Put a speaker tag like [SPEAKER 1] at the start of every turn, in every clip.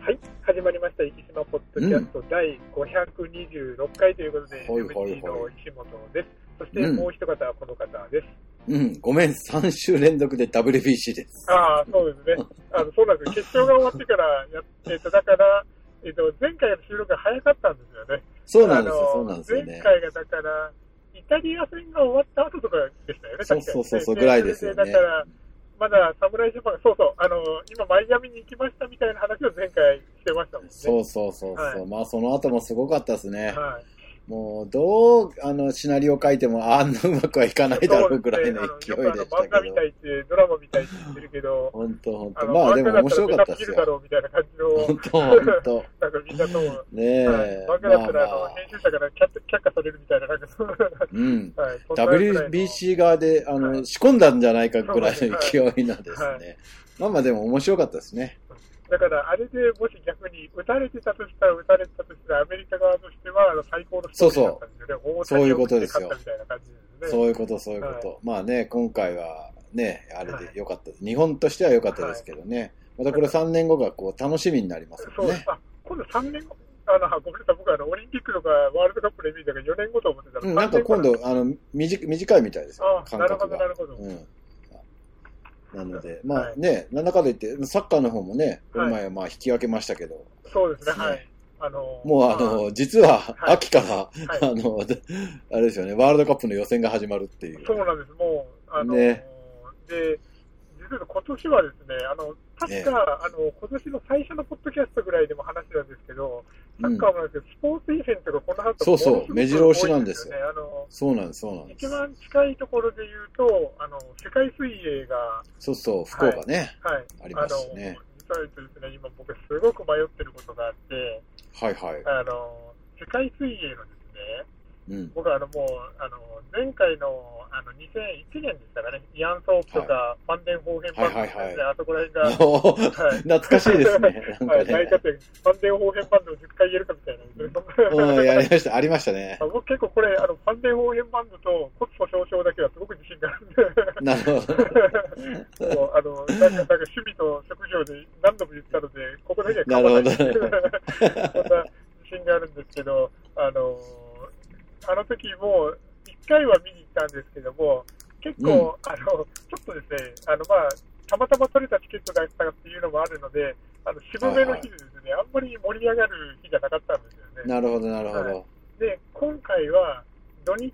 [SPEAKER 1] はい、始まりました、生島ポッドキャスト第526回ということで、
[SPEAKER 2] ほいほい
[SPEAKER 1] MC
[SPEAKER 2] ほ
[SPEAKER 1] の
[SPEAKER 2] い
[SPEAKER 1] 石本です。そして
[SPEAKER 2] うん
[SPEAKER 1] もう一方はこの方です。
[SPEAKER 2] うん、ごめん、3週連続で WBC です。
[SPEAKER 1] ああ、そうですね。あのそうなんですよ。決勝が終わってからやってた、だから、えっと、前回の収録が早かったんですよね。
[SPEAKER 2] そうなんですよ、
[SPEAKER 1] あの
[SPEAKER 2] そうなんですよね
[SPEAKER 1] 前。回がだから、イタリア戦が終わった後とかでしたよね、確かに
[SPEAKER 2] そうそうそうそう
[SPEAKER 1] ね
[SPEAKER 2] ぐらいですよね
[SPEAKER 1] それだから、まだ侍ジャパンが、そうそう、あの、今マイアミに行きましたみたいな話を前回してましたもんね。
[SPEAKER 2] そうそうそうそう、
[SPEAKER 1] はい
[SPEAKER 2] まあその後もすごかったですね。
[SPEAKER 1] はい。
[SPEAKER 2] もうどうあのシナリオ書いてもあんなうまくはいかないだろうぐらいの勢い
[SPEAKER 1] そう
[SPEAKER 2] で
[SPEAKER 1] ですねあの
[SPEAKER 2] し
[SPEAKER 1] よくあの漫画
[SPEAKER 2] たけ
[SPEAKER 1] み
[SPEAKER 2] ど
[SPEAKER 1] たい。って、ドラマみたいって言ってるけど、
[SPEAKER 2] 本当本
[SPEAKER 1] あ
[SPEAKER 2] 当。
[SPEAKER 1] の
[SPEAKER 2] まあで
[SPEAKER 1] 漫画
[SPEAKER 2] も
[SPEAKER 1] だ
[SPEAKER 2] 面白か
[SPEAKER 1] ら
[SPEAKER 2] っ
[SPEAKER 1] ベタ
[SPEAKER 2] た
[SPEAKER 1] すぎ
[SPEAKER 2] です
[SPEAKER 1] るだ
[SPEAKER 2] よ。
[SPEAKER 1] ろうみたいな感じの
[SPEAKER 2] 本、当本当。
[SPEAKER 1] なんかみんなと、は
[SPEAKER 2] ねえ、
[SPEAKER 1] い、漫画だったら、
[SPEAKER 2] まあま
[SPEAKER 1] あの
[SPEAKER 2] あ
[SPEAKER 1] 編集者から却却下されるみたいな、なんかそう、
[SPEAKER 2] うん。
[SPEAKER 1] はい、そんなぐらいの
[SPEAKER 2] WBC 側であの、
[SPEAKER 1] はい
[SPEAKER 2] 仕込んだんじゃないかぐらいの勢いのですね。
[SPEAKER 1] は
[SPEAKER 2] まあまあでも面白かったですね。
[SPEAKER 1] だから、あれでもし逆に打たれてたとしたら、打たれてたとしたら、アメリカ側としては、あの最高のストーリーだったんですよね。大
[SPEAKER 2] そう
[SPEAKER 1] 谷
[SPEAKER 2] いう
[SPEAKER 1] を
[SPEAKER 2] こ
[SPEAKER 1] 打
[SPEAKER 2] と
[SPEAKER 1] っ
[SPEAKER 2] で
[SPEAKER 1] て
[SPEAKER 2] すよ
[SPEAKER 1] 勝ったみたいな感じですね。
[SPEAKER 2] そういうこと、そういうこと。まあね、今回はね、あれで良かった、日本としては良かったですけどね。またこれ3年後がこう楽しみになります
[SPEAKER 1] そ
[SPEAKER 2] よ
[SPEAKER 1] う、
[SPEAKER 2] ね。
[SPEAKER 1] あ、今度3年後、あの、ごめんなさい、僕はあの、オリンピックとかワールドカップで見たから4年後と思ってたら、
[SPEAKER 2] うん、なんか今度、あの、短い短いみたいですよ
[SPEAKER 1] あ、
[SPEAKER 2] 感
[SPEAKER 1] なるほ
[SPEAKER 2] 覚
[SPEAKER 1] ど、な
[SPEAKER 2] が。
[SPEAKER 1] るほど。
[SPEAKER 2] うん。なので、まあね、なんだかんだ言って、サッカーの方もね、この前はまあ引き分けましたけど、
[SPEAKER 1] そうですね、は
[SPEAKER 2] ね
[SPEAKER 1] い。あの
[SPEAKER 2] もうあの、実は秋から、
[SPEAKER 1] はい
[SPEAKER 2] あの、あれですよね、ワールドカップの予選が始まるっていう。
[SPEAKER 1] そうなんです、もう、あの、
[SPEAKER 2] ね
[SPEAKER 1] で、実は今年はですね、あの、確か、
[SPEAKER 2] ね
[SPEAKER 1] あの、今年の最初のポッドキャストぐらいでも話なんですけど、サ
[SPEAKER 2] うん
[SPEAKER 1] ッカーもなんですけど、スポーツイベントがこの後
[SPEAKER 2] そうそう
[SPEAKER 1] ものすごく
[SPEAKER 2] 目白押しなんです
[SPEAKER 1] 多
[SPEAKER 2] よ
[SPEAKER 1] いねあの、
[SPEAKER 2] そうなんです、そうなんで
[SPEAKER 1] 一
[SPEAKER 2] す。
[SPEAKER 1] 番近いところで言うと、あの、世界水泳が、
[SPEAKER 2] そうそう、福岡ね。
[SPEAKER 1] はい。
[SPEAKER 2] ありましたね
[SPEAKER 1] あの、実はですね、今僕すごく迷ってることがあって、
[SPEAKER 2] はいはい。
[SPEAKER 1] あの、世界水泳のですね、
[SPEAKER 2] うん。
[SPEAKER 1] 僕はあのもうあの前回のあの2001年ですからね、イアン・ソープとか、ファンデン・ホーヘンバンドとかですね、
[SPEAKER 2] はいはい
[SPEAKER 1] あそこら辺が、 はい
[SPEAKER 2] 懐かしいですね。なん
[SPEAKER 1] はい、
[SPEAKER 2] かね
[SPEAKER 1] 大。活躍、ファンデン・ホーヘンバンドを10回言えるかみたいな、
[SPEAKER 2] うん、やりました。ありました ね。
[SPEAKER 1] あ僕結構これ、あのファンデン・ホーヘンバンドと骨粗しょう症だけはすごく自信があるんで。
[SPEAKER 2] なるほど。
[SPEAKER 1] もうあのなんかなんか趣味と職業で何度も言ったので、ここだけは変わらない
[SPEAKER 2] なる
[SPEAKER 1] そ
[SPEAKER 2] ほ
[SPEAKER 1] んな自信があるんですけど、あのあの時も1回は見に行ったんですけども、結構、あのちょっとですねあの、まあ、たまたま取れたチケットだったっていうのもあるので、あの渋めの日でですね、あんまり盛り上がる日じゃなかったんですよね。
[SPEAKER 2] なるほど、なるほ
[SPEAKER 1] は
[SPEAKER 2] ど。
[SPEAKER 1] で、今回は土日、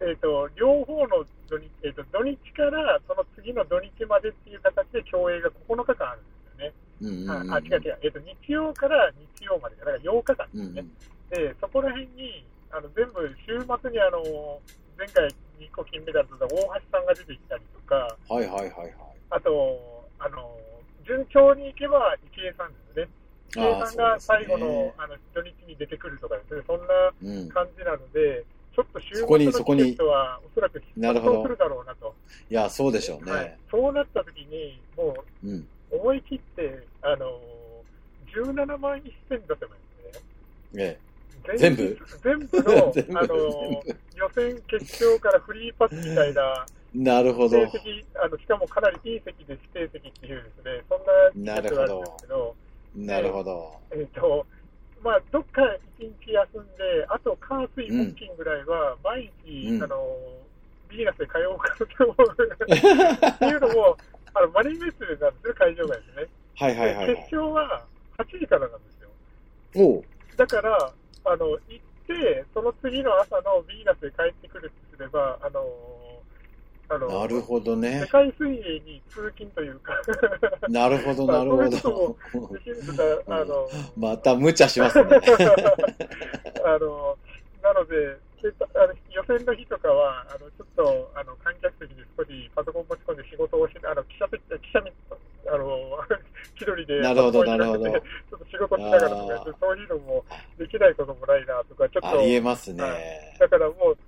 [SPEAKER 1] えっと両方の土日、えっと土日からその次の土日までっていう形で競泳が9日間あるんですよね。
[SPEAKER 2] うんうんうん
[SPEAKER 1] ああ違う違う、えっと日曜から日曜までだから8日間で
[SPEAKER 2] う
[SPEAKER 1] す
[SPEAKER 2] んう
[SPEAKER 1] ね。
[SPEAKER 2] ん。
[SPEAKER 1] で、そこら辺にあの全部週末にあの前回日個金メダルとった大橋さんが出てきたりとか、
[SPEAKER 2] はいはいはいはい。
[SPEAKER 1] あと、あの順調にいけば池江さんですね。池江
[SPEAKER 2] ー
[SPEAKER 1] さんが最後の,、
[SPEAKER 2] ね
[SPEAKER 1] あの土日に出てくるとかですね、そんな。
[SPEAKER 2] うん。
[SPEAKER 1] 感じなので、ちょっと週末
[SPEAKER 2] そこに
[SPEAKER 1] のチケットはおそらく
[SPEAKER 2] なるほ
[SPEAKER 1] そう
[SPEAKER 2] ど
[SPEAKER 1] する。だろうなと、
[SPEAKER 2] いや、そうでしょう
[SPEAKER 1] はい
[SPEAKER 2] ね。、
[SPEAKER 1] そうなった時に、も
[SPEAKER 2] うん。
[SPEAKER 1] う思い切って、あのー、17万1000だと思いますね。
[SPEAKER 2] え
[SPEAKER 1] 全
[SPEAKER 2] 全部
[SPEAKER 1] 全部の
[SPEAKER 2] 全部
[SPEAKER 1] あのー予選、決勝からフリーパスみたいな、
[SPEAKER 2] え。なるほ
[SPEAKER 1] 指
[SPEAKER 2] ど。
[SPEAKER 1] 定席あのしかもかなりいい席で指定席っていうですね、そんなチケットがあるんですけど、
[SPEAKER 2] なるほど。
[SPEAKER 1] えっ、と、まあ、どっか一日休んで、あと、火水
[SPEAKER 2] う
[SPEAKER 1] 木
[SPEAKER 2] ん
[SPEAKER 1] 金ぐらいは、毎日、
[SPEAKER 2] うん
[SPEAKER 1] あの、ビーナスで通おうかと思 う。っていうのも、あの、マリンメッセなんですよ、会場外ですね。
[SPEAKER 2] はいはいはい
[SPEAKER 1] で
[SPEAKER 2] は
[SPEAKER 1] 決
[SPEAKER 2] い。
[SPEAKER 1] 勝は8時からなんですよ。
[SPEAKER 2] おう
[SPEAKER 1] だから、あの、行って、その次の朝のビーナスで帰ってくるとすれば、あの、あの、
[SPEAKER 2] なるほど
[SPEAKER 1] 世
[SPEAKER 2] ね。
[SPEAKER 1] 界水泳に通勤という か、
[SPEAKER 2] なるほど、なるほど。
[SPEAKER 1] 自信とか、あの、
[SPEAKER 2] また無茶しま すね。
[SPEAKER 1] あのなのでであの、予選の日とかは、あのちょっとあの観客席に少しパソコン持ち込んで仕事をしあの記者席記者みあの 千鳥で
[SPEAKER 2] なるほど
[SPEAKER 1] パソコンに
[SPEAKER 2] な
[SPEAKER 1] ちょ
[SPEAKER 2] るほど
[SPEAKER 1] っと仕事しながらとか
[SPEAKER 2] あー、
[SPEAKER 1] そういうのもできないこともないなとか、ちょっ
[SPEAKER 2] ありえ
[SPEAKER 1] と、
[SPEAKER 2] ますね。
[SPEAKER 1] だからもう、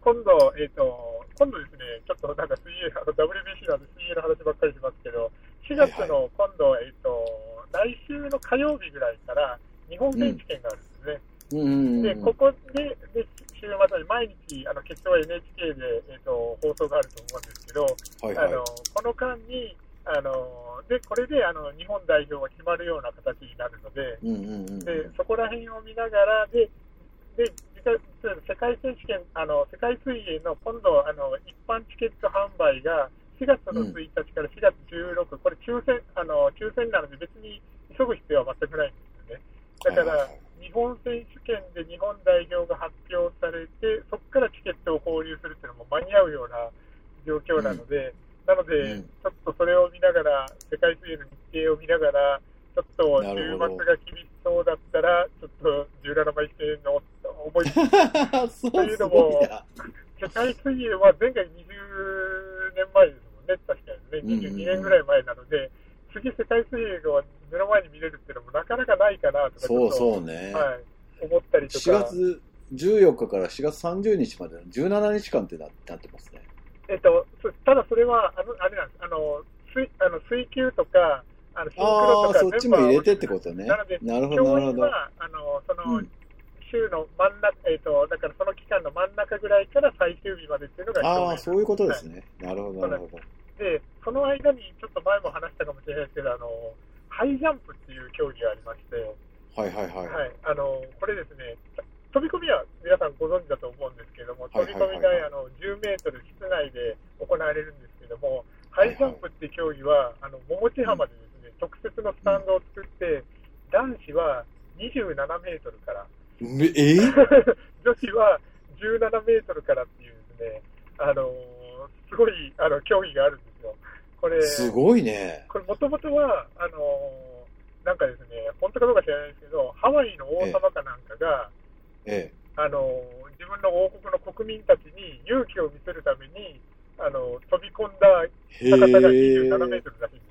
[SPEAKER 1] 今度、えっ、と、今度ですね、ちょっとなんか水泳、あの WBC なんで水泳の話ばっかりしますけど、4月の今度、えっ、と、来週の火曜日ぐらいから、日本選手権があるんですね。
[SPEAKER 2] うんうんうん。
[SPEAKER 1] で、ここで、で週末に毎日、あの決勝は NHK で、えっと放送があると思うんですけど、
[SPEAKER 2] はいはい
[SPEAKER 1] あのこの間にあので、これであの日本代表が決まるような形になるので、
[SPEAKER 2] うんうんうん。
[SPEAKER 1] でそこら辺を見ながらで、で実は世界選手権あの、世界水泳の今度あの、一般チケット販売が4月の1日から4月16、これ抽選あの、抽選なので、別に急ぐ必要は全くないんですよね。だか
[SPEAKER 2] はいはい
[SPEAKER 1] ら
[SPEAKER 2] はい
[SPEAKER 1] 日本選手権で日本代表が発表されて、そこからチケットを購入するっていうのも間に合うような状況なので、なので、
[SPEAKER 2] うん
[SPEAKER 1] ちょっとそれを見ながら、世界水泳の日程を見ながら、ちょっと
[SPEAKER 2] なる
[SPEAKER 1] 週末
[SPEAKER 2] ほど
[SPEAKER 1] が厳しそうだったら、ちょっと17枚戦の思 い、
[SPEAKER 2] そう、すごいな。
[SPEAKER 1] 世界水泳は前回20年前ですもんね、確か
[SPEAKER 2] うんうん
[SPEAKER 1] にね、
[SPEAKER 2] うん
[SPEAKER 1] 22年ぐらい前なので、次、世界水泳が目の前に見れるっていうのもなかなかないかなとか、
[SPEAKER 2] そう
[SPEAKER 1] ちょっ
[SPEAKER 2] そうね
[SPEAKER 1] と。はい、思ったりと
[SPEAKER 2] 4
[SPEAKER 1] か。
[SPEAKER 2] 月14日から4月30日までの17日間ってななってますね。
[SPEAKER 1] えっと、そただそれは、あの、あれなんです。あの、水、あの、水球とか、あの、シンク
[SPEAKER 2] あ
[SPEAKER 1] ロと
[SPEAKER 2] あー、
[SPEAKER 1] か全
[SPEAKER 2] そっ
[SPEAKER 1] 部
[SPEAKER 2] ちも入れてってことね。
[SPEAKER 1] なので
[SPEAKER 2] なるほ
[SPEAKER 1] 教
[SPEAKER 2] ど、なるほ
[SPEAKER 1] 員
[SPEAKER 2] ど。
[SPEAKER 1] は、あの、その、
[SPEAKER 2] うん
[SPEAKER 1] 週の真ん中、えっと、だからその期間の真ん中ぐらいから最終日までっていうのが
[SPEAKER 2] ああ、
[SPEAKER 1] 教
[SPEAKER 2] そういうことですね。なるほど、なるほど。
[SPEAKER 1] 員で、その間に、ちょっと前も話したかもしれないですけど、あの、ハイジャンプっていう競技がありまして、
[SPEAKER 2] はいはいはい。
[SPEAKER 1] はい、あのこれですね、飛び込みは皆さんご存知だと思うんですけれども、
[SPEAKER 2] は
[SPEAKER 1] 飛び
[SPEAKER 2] いはいはい
[SPEAKER 1] 込みがあの10メートル室内で行われるんですけれども、ハイジャンプって競技は、あの桃地浜でですね、特設のスタンドを作って、男子は27メートルから、
[SPEAKER 2] めえー
[SPEAKER 1] 女子は17メートルからっていうですね、あのすごいあの競技があるんですよ。これ
[SPEAKER 2] すごいね。
[SPEAKER 1] これ、もともとは、あのーなんかですね、本当かどうか知らないですけど、ハワイの王様かなんかが、
[SPEAKER 2] え
[SPEAKER 1] あのー自分の王国の国民たちに勇気を見せるために、あのー飛び込んだ
[SPEAKER 2] え。へえ。
[SPEAKER 1] 高さが27メートルらしいんで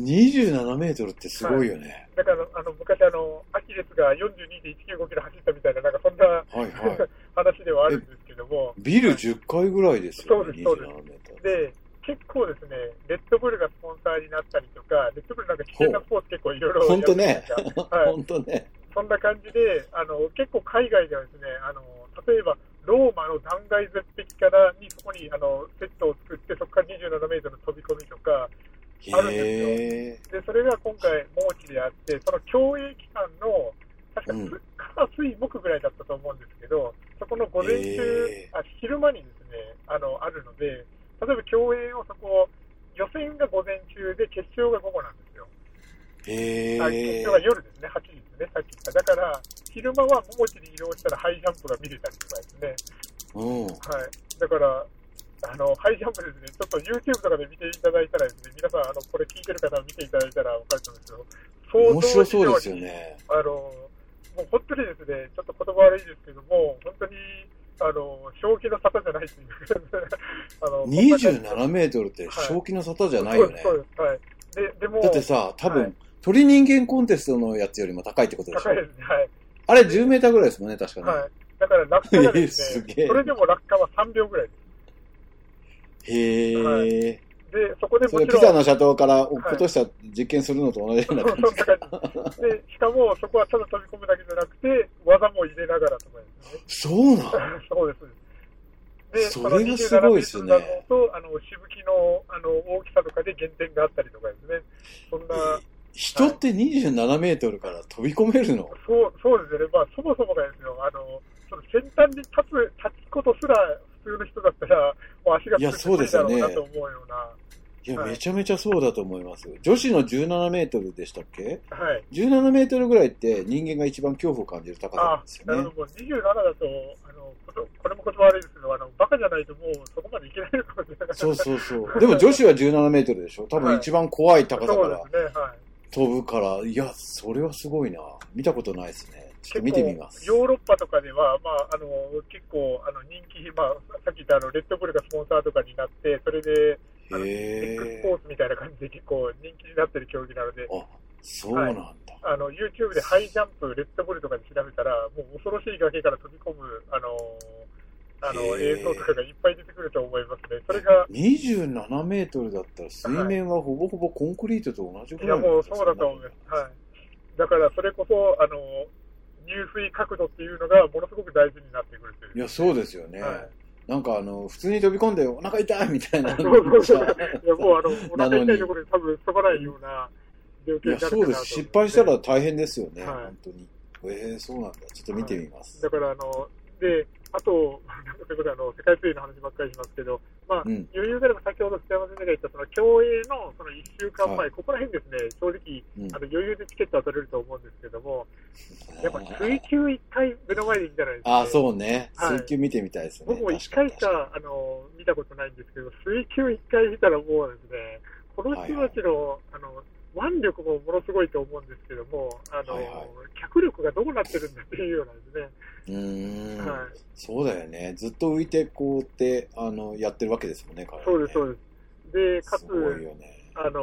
[SPEAKER 1] すよ。
[SPEAKER 2] 27メートルってすごいよね。
[SPEAKER 1] だから、あの昔あの、アキレスが42.195キロ走ったみたいな、なんかそんな
[SPEAKER 2] はいはい。
[SPEAKER 1] 話ではあるんですけども、
[SPEAKER 2] ビル10階ぐらいですよね、
[SPEAKER 1] そうですそうで
[SPEAKER 2] 27メートル。
[SPEAKER 1] で、結構ですね、レッドブルがスポンサーになったりとか、レッドブルなんか危険なスポーツ結構いろいろ
[SPEAKER 2] ほんとね
[SPEAKER 1] やってるんですがはい
[SPEAKER 2] 本当ね。
[SPEAKER 1] そんな感じで、あの結構海外ではですね、あの例えばローマの断崖絶壁からにそこにあのセットを作って、そこから27メートルの飛び込みとか、
[SPEAKER 2] へ
[SPEAKER 1] あるんで
[SPEAKER 2] え。
[SPEAKER 1] でそれが今回、モーチであって、その競泳期間の、確か、
[SPEAKER 2] う
[SPEAKER 1] 火、
[SPEAKER 2] ん
[SPEAKER 1] 水、木ぐらいだったと思うんですけど、そこの午前中、
[SPEAKER 2] へ
[SPEAKER 1] あ昼間にですねあのあるので、例えば競泳をそこ、予選が午前中で、決勝が午後なんですよ。
[SPEAKER 2] へ
[SPEAKER 1] あ決
[SPEAKER 2] え
[SPEAKER 1] 勝。が夜ですね、8時ですね、さっき言った。だから、昼間は桃地に移動したらハイジャンプが見れたりとかですね。
[SPEAKER 2] うん。
[SPEAKER 1] はい。だから、あの、ハイジャンプですね、ちょっと YouTube とかで見ていただいたらですね、皆さん、あの、これ聞いてる方は見ていただいたら分かると思うん
[SPEAKER 2] 面
[SPEAKER 1] ですけど、
[SPEAKER 2] 白そうです
[SPEAKER 1] 以上
[SPEAKER 2] よ
[SPEAKER 1] に
[SPEAKER 2] ね。
[SPEAKER 1] あの、もう本当にですね、ちょっと言葉悪いですけども、本当に、あの、正気の沙汰じゃないっていう。 あの
[SPEAKER 2] 27メートルって正気の沙汰じゃないよね。
[SPEAKER 1] そうです、そうです。はい。で、でも、
[SPEAKER 2] だってさ、多分、
[SPEAKER 1] はい
[SPEAKER 2] 鳥人間コンテストのやつよりも高いってことでしょ
[SPEAKER 1] 高いですね、はい。
[SPEAKER 2] あれ10メーターぐらいですもんね、確かね。
[SPEAKER 1] はい。だから落下がで
[SPEAKER 2] え
[SPEAKER 1] す
[SPEAKER 2] ー
[SPEAKER 1] ね
[SPEAKER 2] すげえ
[SPEAKER 1] それでも落下は3秒ぐらいで
[SPEAKER 2] へえ、
[SPEAKER 1] はす。で、そこで
[SPEAKER 2] そ
[SPEAKER 1] も
[SPEAKER 2] れ
[SPEAKER 1] ち
[SPEAKER 2] ピ
[SPEAKER 1] ろん、
[SPEAKER 2] ザのシャトーから落っことした実験するのと同じような
[SPEAKER 1] そう
[SPEAKER 2] 感
[SPEAKER 1] そん
[SPEAKER 2] じ
[SPEAKER 1] な
[SPEAKER 2] か。
[SPEAKER 1] 感じで、しかもそこはただ飛び込むだけじゃなくて、技も入れながらとかですね。
[SPEAKER 2] そうなん
[SPEAKER 1] そうです。で、
[SPEAKER 2] それがすごいで
[SPEAKER 1] そ
[SPEAKER 2] すね
[SPEAKER 1] の27メートルだと、あの、しぶきの、あの、大きさとかで減点があったりとかですね。そんな、
[SPEAKER 2] 人って27メートルから飛び込めるの
[SPEAKER 1] そう、そうですよね。まあ、そもそもがですよ、あの、その先端に立つ、立つことすら、普通の人だったら、もう足が
[SPEAKER 2] いや
[SPEAKER 1] つくんだろう
[SPEAKER 2] そう
[SPEAKER 1] な
[SPEAKER 2] です
[SPEAKER 1] と
[SPEAKER 2] よ
[SPEAKER 1] 思うような、
[SPEAKER 2] いや、
[SPEAKER 1] はい
[SPEAKER 2] めちゃめちゃそうだと思います。女子の17メートルでしたっけ
[SPEAKER 1] はい。
[SPEAKER 2] ?17 メートルぐらいって人間が一番恐怖を感じる高さなんです
[SPEAKER 1] あ
[SPEAKER 2] よ
[SPEAKER 1] なる。
[SPEAKER 2] ね
[SPEAKER 1] ほど、27だとあのこと、これも言葉悪いですけど、あのバカじゃないともうそこまでいけないのかもしれない。
[SPEAKER 2] そうそうそう。でも女子は17メートルでしょ多分一番怖い高さから
[SPEAKER 1] そうですね、はい。
[SPEAKER 2] 飛ぶから、いや、それはすごいな。見たことないですね。ちょっと見てみます。
[SPEAKER 1] 結構ヨーロッパとかでは、まあ、あの結構あの人気、まあ、さっき言ったあのレッドブルがスポンサーとかになって、それで、あの
[SPEAKER 2] へ
[SPEAKER 1] ビッグスポ
[SPEAKER 2] え。
[SPEAKER 1] ーツみたいな感じで結構人気になってる競技なので、
[SPEAKER 2] あ、そうなんだ。
[SPEAKER 1] あの YouTube でハイジャンプ、レッドブルとかで調べたら、もう恐ろしい崖から飛び込む、あのあの
[SPEAKER 2] へー
[SPEAKER 1] 映像とかがいっぱい出てくると思いますね。それが
[SPEAKER 2] 27メートルだったら水面はほぼほぼコンクリートと同じぐ
[SPEAKER 1] い
[SPEAKER 2] ら
[SPEAKER 1] や、
[SPEAKER 2] い
[SPEAKER 1] も
[SPEAKER 2] の
[SPEAKER 1] うそうだと思います。はい。だから、それこそ、あの、入水角度っていうのがものすごく大事になってくるという。
[SPEAKER 2] いや、そうですよね。
[SPEAKER 1] はい
[SPEAKER 2] なんかあの、普通に飛び込んでお腹痛いみたいな。
[SPEAKER 1] そうそうそう。いや、もうあの、お腹痛いところに多分飛ばないような状況
[SPEAKER 2] い
[SPEAKER 1] に
[SPEAKER 2] や、
[SPEAKER 1] なるかなと
[SPEAKER 2] そ
[SPEAKER 1] 思
[SPEAKER 2] う
[SPEAKER 1] って
[SPEAKER 2] です。失敗したら大変ですよね、
[SPEAKER 1] はい
[SPEAKER 2] 本当に。えー、そうなんだ。ちょっと見てみます。
[SPEAKER 1] だから、あの、で、あと、なんかそういうことであの、世界水泳の話ばっかりしますけど、まあ、
[SPEAKER 2] うん。
[SPEAKER 1] 余裕があれば先ほど北山先生が言った、その競泳のその1週間前、
[SPEAKER 2] はい
[SPEAKER 1] ここら辺ですね、正直、
[SPEAKER 2] うん
[SPEAKER 1] あの余裕でチケットは取れると思うんですけども、やっぱ水球1回目の前で見たらですね、
[SPEAKER 2] ああ、そうね。
[SPEAKER 1] はい
[SPEAKER 2] 水球見てみたいですね。
[SPEAKER 1] 僕も1
[SPEAKER 2] 確か
[SPEAKER 1] 回
[SPEAKER 2] に
[SPEAKER 1] しかあの見たことないんですけど、水球1回見たらもうですね、この人たちの,、あの腕力もものすごいと思うんですけども、あの
[SPEAKER 2] はいはい
[SPEAKER 1] 脚力がどうなってるんだっていうようなんですね。
[SPEAKER 2] うーん、
[SPEAKER 1] はい
[SPEAKER 2] そうだよね。ずっと浮いてこうって、あの、やってるわけですもんね、彼はね
[SPEAKER 1] そうです、そうです。で、かつ、
[SPEAKER 2] すごいよね。
[SPEAKER 1] あの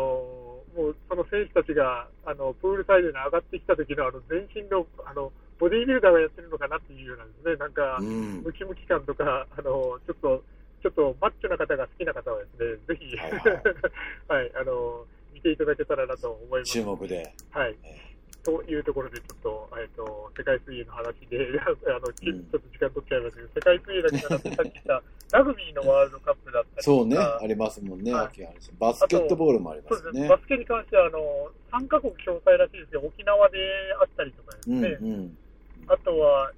[SPEAKER 1] もうその選手たちがあのプールサイドに上がってきた時のあの全身のあのボディービルダーがやってるのかなっていうようなんですね、なんか
[SPEAKER 2] う、ん
[SPEAKER 1] ム。キムキ感とか、あのちょっと、ちょっとマッチョな方が好きな方はですね、ぜひ、
[SPEAKER 2] は
[SPEAKER 1] はいい、
[SPEAKER 2] はい
[SPEAKER 1] あの見ていただけたらなと思います。
[SPEAKER 2] 注目で。
[SPEAKER 1] はい
[SPEAKER 2] ええ、
[SPEAKER 1] というところで、ちょっと、えっと、世界水泳の話で、 あの、ち
[SPEAKER 2] うん
[SPEAKER 1] ちょっと時間取っちゃいましたけど、世界水泳だけじゃなくて、さっき言ったラグビーのワールドカップだったりとか、
[SPEAKER 2] そうね、ありますもんね、
[SPEAKER 1] はい
[SPEAKER 2] 秋あるしバスケットボールもありま
[SPEAKER 1] そう
[SPEAKER 2] すよ
[SPEAKER 1] ですね、
[SPEAKER 2] ね
[SPEAKER 1] バ。スケに関してはあの3カ国共催らしいですけど、沖縄であったりとかです
[SPEAKER 2] うん
[SPEAKER 1] ね、
[SPEAKER 2] うん。
[SPEAKER 1] あとは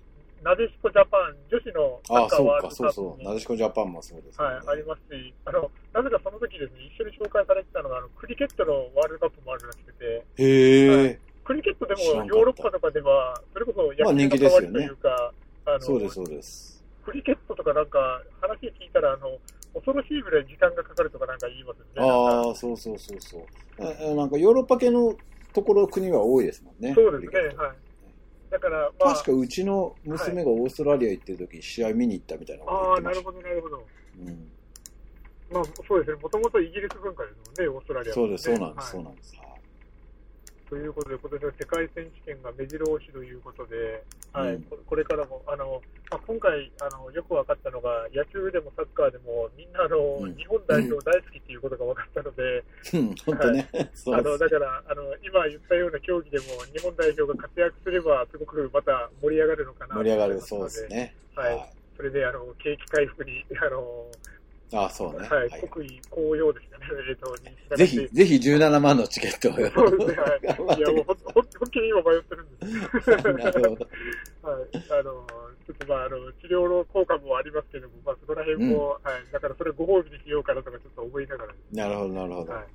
[SPEAKER 1] なでしこジャパン、女子の
[SPEAKER 2] あ
[SPEAKER 1] サッカ
[SPEAKER 2] あ、
[SPEAKER 1] ー
[SPEAKER 2] そう
[SPEAKER 1] ワー
[SPEAKER 2] か、
[SPEAKER 1] ル
[SPEAKER 2] そう
[SPEAKER 1] ドカ
[SPEAKER 2] そ
[SPEAKER 1] ップ
[SPEAKER 2] う。
[SPEAKER 1] に、
[SPEAKER 2] なでしこジャパンもそうですもんね、
[SPEAKER 1] はい、ありますしあの、なぜかその時ですね、一緒に紹介されてたのがあの、クリケットのワールドカップもあるらしくて、
[SPEAKER 2] へえ、
[SPEAKER 1] はクリケットで
[SPEAKER 2] 知ら
[SPEAKER 1] も
[SPEAKER 2] んかった
[SPEAKER 1] ヨーロッパとかでは、それこそ
[SPEAKER 2] まあ
[SPEAKER 1] 野
[SPEAKER 2] 人
[SPEAKER 1] 球
[SPEAKER 2] 気
[SPEAKER 1] の代
[SPEAKER 2] ですよ
[SPEAKER 1] わ
[SPEAKER 2] ね
[SPEAKER 1] りというか、あの
[SPEAKER 2] そうです、そうです。
[SPEAKER 1] クリケットとかなんか、話聞いたらあの、恐ろしいぐらい時間がかかるとかなんか言いますよね。
[SPEAKER 2] ああ、そうそうそうそう。あなんかヨーロッパ系のところ、国は多いですもんね。
[SPEAKER 1] そうです
[SPEAKER 2] クリケ
[SPEAKER 1] ね、
[SPEAKER 2] ット
[SPEAKER 1] はい。だから、まあ、
[SPEAKER 2] 確かうちの娘がオーストラリア行ってる時、試合見に行ったみたいなこと言
[SPEAKER 1] あ
[SPEAKER 2] っ
[SPEAKER 1] あ、
[SPEAKER 2] て
[SPEAKER 1] な
[SPEAKER 2] ま
[SPEAKER 1] る
[SPEAKER 2] した
[SPEAKER 1] ほ。ど、なるほど。
[SPEAKER 2] うん
[SPEAKER 1] まあ、そうですね、もともとイギリス文化ですもんね、オーストラリア
[SPEAKER 2] そ
[SPEAKER 1] は
[SPEAKER 2] う
[SPEAKER 1] ね、
[SPEAKER 2] です、そうなんです、
[SPEAKER 1] は
[SPEAKER 2] そ
[SPEAKER 1] いう
[SPEAKER 2] なんです。はい
[SPEAKER 1] ということで、今年の世界選手権が目白押しということで、はい
[SPEAKER 2] うん
[SPEAKER 1] ここれからも、あのまあ、今回あの、よく分かったのが、野球でもサッカーでも、みんなあの、
[SPEAKER 2] うん
[SPEAKER 1] 日本代表大好きっていうことが分かったので、
[SPEAKER 2] うん本当ね、そ
[SPEAKER 1] あ
[SPEAKER 2] うで
[SPEAKER 1] の
[SPEAKER 2] す
[SPEAKER 1] だからあの、今言ったような競技でも、日本代表が活躍すれば、すごくまた盛り上がるのかなと思
[SPEAKER 2] 盛り
[SPEAKER 1] い
[SPEAKER 2] 上がる、
[SPEAKER 1] ます
[SPEAKER 2] そう
[SPEAKER 1] の
[SPEAKER 2] ですね。
[SPEAKER 1] はいそれであの景気回復に、あの
[SPEAKER 2] あ、そうね。
[SPEAKER 1] はい
[SPEAKER 2] はい
[SPEAKER 1] 国威高揚ですかね、えっとに従って
[SPEAKER 2] ぜひ、ぜひ17万のチケットを。
[SPEAKER 1] そうですね、はい。
[SPEAKER 2] 頑張っ
[SPEAKER 1] いや、もうほんほん本気に今迷ってるんです。
[SPEAKER 2] てください な
[SPEAKER 1] は
[SPEAKER 2] るほど。
[SPEAKER 1] い。あの、ちょっとまあ、あの、治療の効果もありますけれども、まあ、そこら辺も、はい。だから、それご褒美にしようかなとか、ちょっと思いながら、
[SPEAKER 2] なるほど、なるほど
[SPEAKER 1] は。い。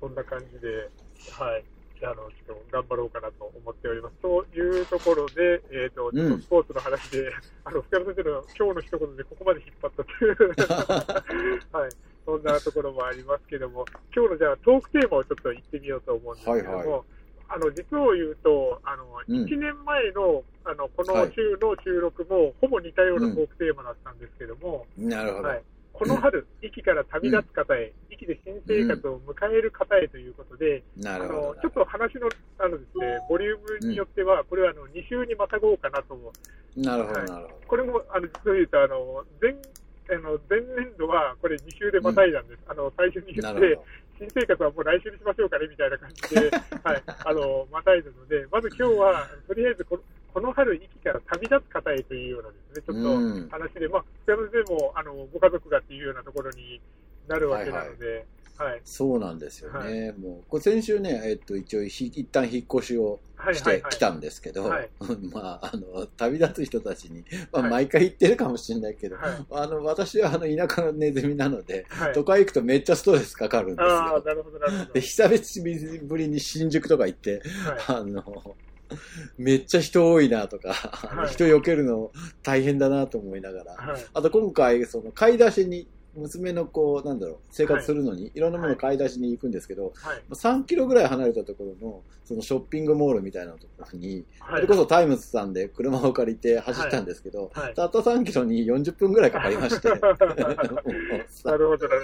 [SPEAKER 1] そんな感じで、はい。あの、ちょっと頑張ろうかなと思っております。というところで、えっ、と、ちょっ
[SPEAKER 2] うん
[SPEAKER 1] とスポーツの話で、 あの、福山先生の今日の一言でここまで引っ張ったとい う、はい。そんなところもありますけども、今日のじゃあトークテーマをちょっと言ってみようと思うんですけども、
[SPEAKER 2] はいは
[SPEAKER 1] あの、実を言うと、あの、
[SPEAKER 2] うん
[SPEAKER 1] 1年前の、あの、この
[SPEAKER 2] はい
[SPEAKER 1] 週の収録も、ほぼ似たようなトークテーマだったんですけども、
[SPEAKER 2] なるほど。
[SPEAKER 1] はい、この 春、駅から旅立つ方へ、駅で新生活を迎える方へということで、
[SPEAKER 2] な
[SPEAKER 1] あ
[SPEAKER 2] るほ
[SPEAKER 1] の
[SPEAKER 2] ど。
[SPEAKER 1] ちょっと話のあのです、ね、ボリュームによっては、これはあの2週にまたごうかなと思う、
[SPEAKER 2] なるほど、
[SPEAKER 1] はい
[SPEAKER 2] なるほ
[SPEAKER 1] これもあの実を言うとあの前、あの前年度はこれ2週でまたいだんです、あの最初に言
[SPEAKER 2] ど。な
[SPEAKER 1] って
[SPEAKER 2] る、
[SPEAKER 1] 新生活はもう来週にしましょうかねみたいな感 じで、はい、あのまたいだので、まず今日はとりあえずこのこの春、駅から旅立つ方へというようなですね、ちょ
[SPEAKER 2] ほど。
[SPEAKER 1] っと。
[SPEAKER 2] うん。
[SPEAKER 1] 話で、まあ、福山先生もあのご家族がっていうようなところになるわけなので、はい、はい
[SPEAKER 2] そうなんですよね。もう、これ先週ね、えっと、一応、ひ一旦引っ越しを
[SPEAKER 1] はい、
[SPEAKER 2] し
[SPEAKER 1] はい
[SPEAKER 2] てきたんですけど、
[SPEAKER 1] はい
[SPEAKER 2] まあ、あの、旅立つ人たちに、まあ、
[SPEAKER 1] はい
[SPEAKER 2] 毎回言ってるかもしれないけど、
[SPEAKER 1] はい
[SPEAKER 2] あの、私は、あの、田舎のネズミなので、
[SPEAKER 1] はい
[SPEAKER 2] 都会行くとめっちゃストレスかかるんです
[SPEAKER 1] あ
[SPEAKER 2] よ
[SPEAKER 1] あ、。なるほど、 なるほど。
[SPEAKER 2] で、久ぶりに新宿とか行って、
[SPEAKER 1] は
[SPEAKER 2] あの、めっちゃ人多いなとか、あの
[SPEAKER 1] はい
[SPEAKER 2] 人避けるの大変だなと思いながら、
[SPEAKER 1] い、はい、
[SPEAKER 2] あと今回、その買い出しに、娘のこう、なんだろう、生活するのに、いろんなもの買い出しに行くんですけど、
[SPEAKER 1] はい、
[SPEAKER 2] 3キロぐらい離れたところの、そのショッピングモールみたいなところに、そ
[SPEAKER 1] はい、
[SPEAKER 2] れこそタイムズさんで車を借りて走ったんですけど、
[SPEAKER 1] はい、
[SPEAKER 2] たった3キロに40分ぐらいかかりまして、もう
[SPEAKER 1] なるほど、なる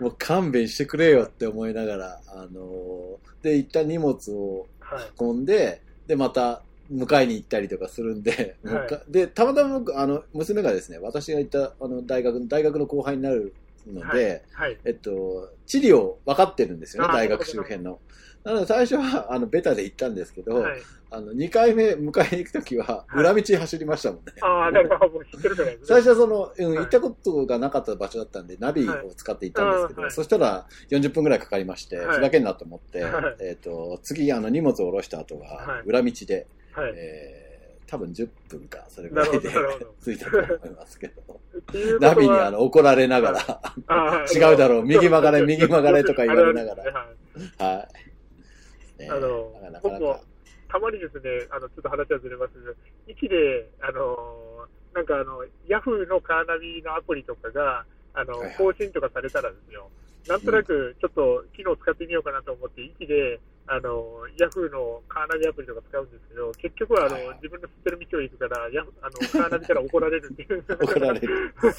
[SPEAKER 1] ほ
[SPEAKER 2] もう勘弁してくれよって思いながら、あのーで、一旦荷物を
[SPEAKER 1] ど。はい、
[SPEAKER 2] 運んで、で、また迎えに行ったりとかするん で、
[SPEAKER 1] はい
[SPEAKER 2] もうかで、たまたま僕、あの、娘がですね、私が行った、あの、大学の、大学の後輩になるので、
[SPEAKER 1] はい。
[SPEAKER 2] えっと、地理を分かってるんですよね、
[SPEAKER 1] あ
[SPEAKER 2] 大学周辺の。なので最初は、あの、ベタで行ったんですけど、
[SPEAKER 1] はい。
[SPEAKER 2] あの、2回目迎えに行くとき
[SPEAKER 1] は
[SPEAKER 2] は、
[SPEAKER 1] い
[SPEAKER 2] 裏道走りましたもんね。
[SPEAKER 1] ああ、だからもう知ってるじゃないです
[SPEAKER 2] 最
[SPEAKER 1] か。
[SPEAKER 2] 初はその、う
[SPEAKER 1] は
[SPEAKER 2] ん、
[SPEAKER 1] い
[SPEAKER 2] 行ったことがなかった場所だったんで、ナビを使って行ったんですけど、
[SPEAKER 1] はい
[SPEAKER 2] そしたら40分くらいかかりまして、
[SPEAKER 1] はい
[SPEAKER 2] ふざけんなと思って、
[SPEAKER 1] はい
[SPEAKER 2] えっと、次、あの、荷物を下ろした後が
[SPEAKER 1] はい、
[SPEAKER 2] 裏道で、
[SPEAKER 1] はい。
[SPEAKER 2] えー多分10分か、それぐらいで
[SPEAKER 1] なるほどなるほど
[SPEAKER 2] 着いたと思いますけど、
[SPEAKER 1] っていうことは
[SPEAKER 2] ナビにあの、怒られながら、
[SPEAKER 1] あー
[SPEAKER 2] 違うだろう右曲がれ右曲がれとか言われながら
[SPEAKER 1] あるある
[SPEAKER 2] はい。ねえ
[SPEAKER 1] あの
[SPEAKER 2] なかな
[SPEAKER 1] 僕も
[SPEAKER 2] か。
[SPEAKER 1] たまにですね、あのちょっと話はずれますけど、一で、あのーなんかあの、ヤフーのカーナビのアプリとかが、あの
[SPEAKER 2] はいはい
[SPEAKER 1] 更新とかされたらですよ、なんとなくちょっと機能使ってみようかなと思って、一で、あのヤフーのカーナビアプリとか使うんですけど、結局はあの、
[SPEAKER 2] はいはい
[SPEAKER 1] 自分の知ってる道を行くから、ヤフあのカーナビから怒られるっていう。
[SPEAKER 2] 怒ら れる
[SPEAKER 1] はい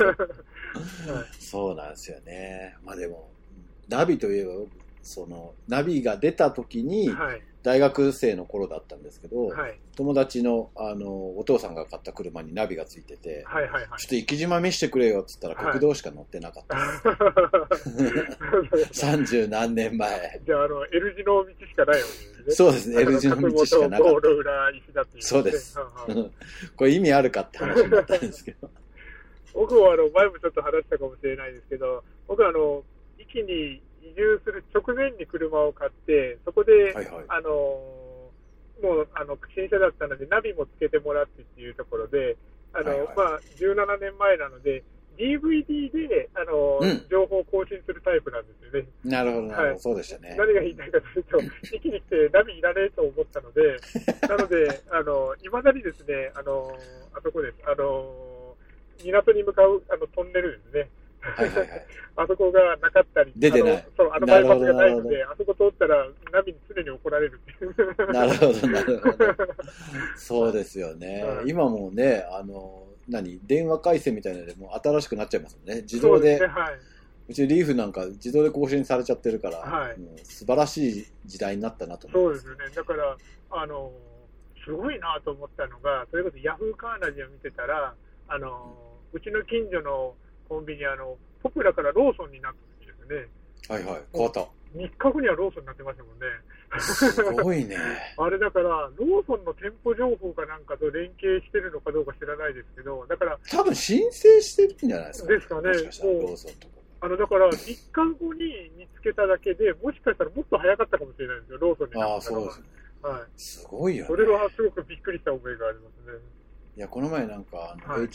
[SPEAKER 2] そうなんですよね。まあでも、ナビといえば、僕その、ナビが出た時に、
[SPEAKER 1] はい
[SPEAKER 2] 大学生の頃だったんですけど、
[SPEAKER 1] はい
[SPEAKER 2] 友達の、あの、お父さんが買った車にナビがついてて、
[SPEAKER 1] はいはいはい
[SPEAKER 2] ちょっと生島見してくれよっつったら
[SPEAKER 1] はい
[SPEAKER 2] 国道しか乗ってな かった。三十何年前。
[SPEAKER 1] じゃあ、あの、L 字の道しかないわけですね。
[SPEAKER 2] そうですね、L 字の道しかなかっ
[SPEAKER 1] ゴール裏、石だっていう、
[SPEAKER 2] そうです
[SPEAKER 1] ん
[SPEAKER 2] た。
[SPEAKER 1] うん
[SPEAKER 2] うん これ意味あるかって話になったんですけど。
[SPEAKER 1] 僕は、あの、前もちょっと話したかもしれないですけど、僕は、あの、域に移住する直前に車を買って、そこで、
[SPEAKER 2] はいはい。
[SPEAKER 1] あの、もう、あの、新車だったので、ナビもつけてもらってっていうところで、あの、
[SPEAKER 2] はいはい
[SPEAKER 1] まあ、17年前なので、DVD で、あの、
[SPEAKER 2] うん
[SPEAKER 1] 情報を更新するタイプなんですよね。
[SPEAKER 2] なるほど、なるほ
[SPEAKER 1] は
[SPEAKER 2] ど。
[SPEAKER 1] い
[SPEAKER 2] そうでしたね。
[SPEAKER 1] 何が言いたいかというと、一気に来て、ナビいらねえと思ったの で、なので、あの、いまだにですね、あの、あそこです、あの、港に向かう、あの、トンネルですね。
[SPEAKER 2] はいはいはい。
[SPEAKER 1] あそこがなかったり、
[SPEAKER 2] 出てない
[SPEAKER 1] あのそう、あの
[SPEAKER 2] な
[SPEAKER 1] バ
[SPEAKER 2] る
[SPEAKER 1] イ
[SPEAKER 2] ほ
[SPEAKER 1] パ
[SPEAKER 2] ど
[SPEAKER 1] スがないので、あそこ通ったら、ナビに常に怒られるっていう。
[SPEAKER 2] なるほど、なるほど。そうですよね。
[SPEAKER 1] はい
[SPEAKER 2] 今もね、あの、何電話回線みたいなのでもう新しくなっちゃいますよね。自動で、
[SPEAKER 1] そうすねはい。
[SPEAKER 2] うちリーフなんか自動で更新されちゃってるから、
[SPEAKER 1] はい
[SPEAKER 2] もう素晴らしい時代になったなと
[SPEAKER 1] そ
[SPEAKER 2] 思
[SPEAKER 1] う
[SPEAKER 2] いま。
[SPEAKER 1] ですすよね。だから、あの、すごいなと思ったのが、それこそヤフーカーナビを見てたら、あの、うちの近所のコンビニ、あの、ポプラからローソンになったんですよね。
[SPEAKER 2] はいはい。変わった。
[SPEAKER 1] 3日後にはローソンになってましたもんね。
[SPEAKER 2] すごいね。
[SPEAKER 1] あれだから、ローソンの店舗情報かなんかと連携してるのかどうか知らないですけど、だから、
[SPEAKER 2] 多分申請してるんじゃないですか、
[SPEAKER 1] ですかね
[SPEAKER 2] もしかしたら
[SPEAKER 1] もう
[SPEAKER 2] ローソンとか。
[SPEAKER 1] あの、だから、3日後に見つけただけで、もしかしたらもっと早かったかもしれないですよ、ローソンになったの
[SPEAKER 2] あ
[SPEAKER 1] は
[SPEAKER 2] あ、そうですね。
[SPEAKER 1] はい。
[SPEAKER 2] すごいよね。
[SPEAKER 1] それはすごくびっくりした覚えがありますね。
[SPEAKER 2] いや、この前なんか、あの
[SPEAKER 1] はい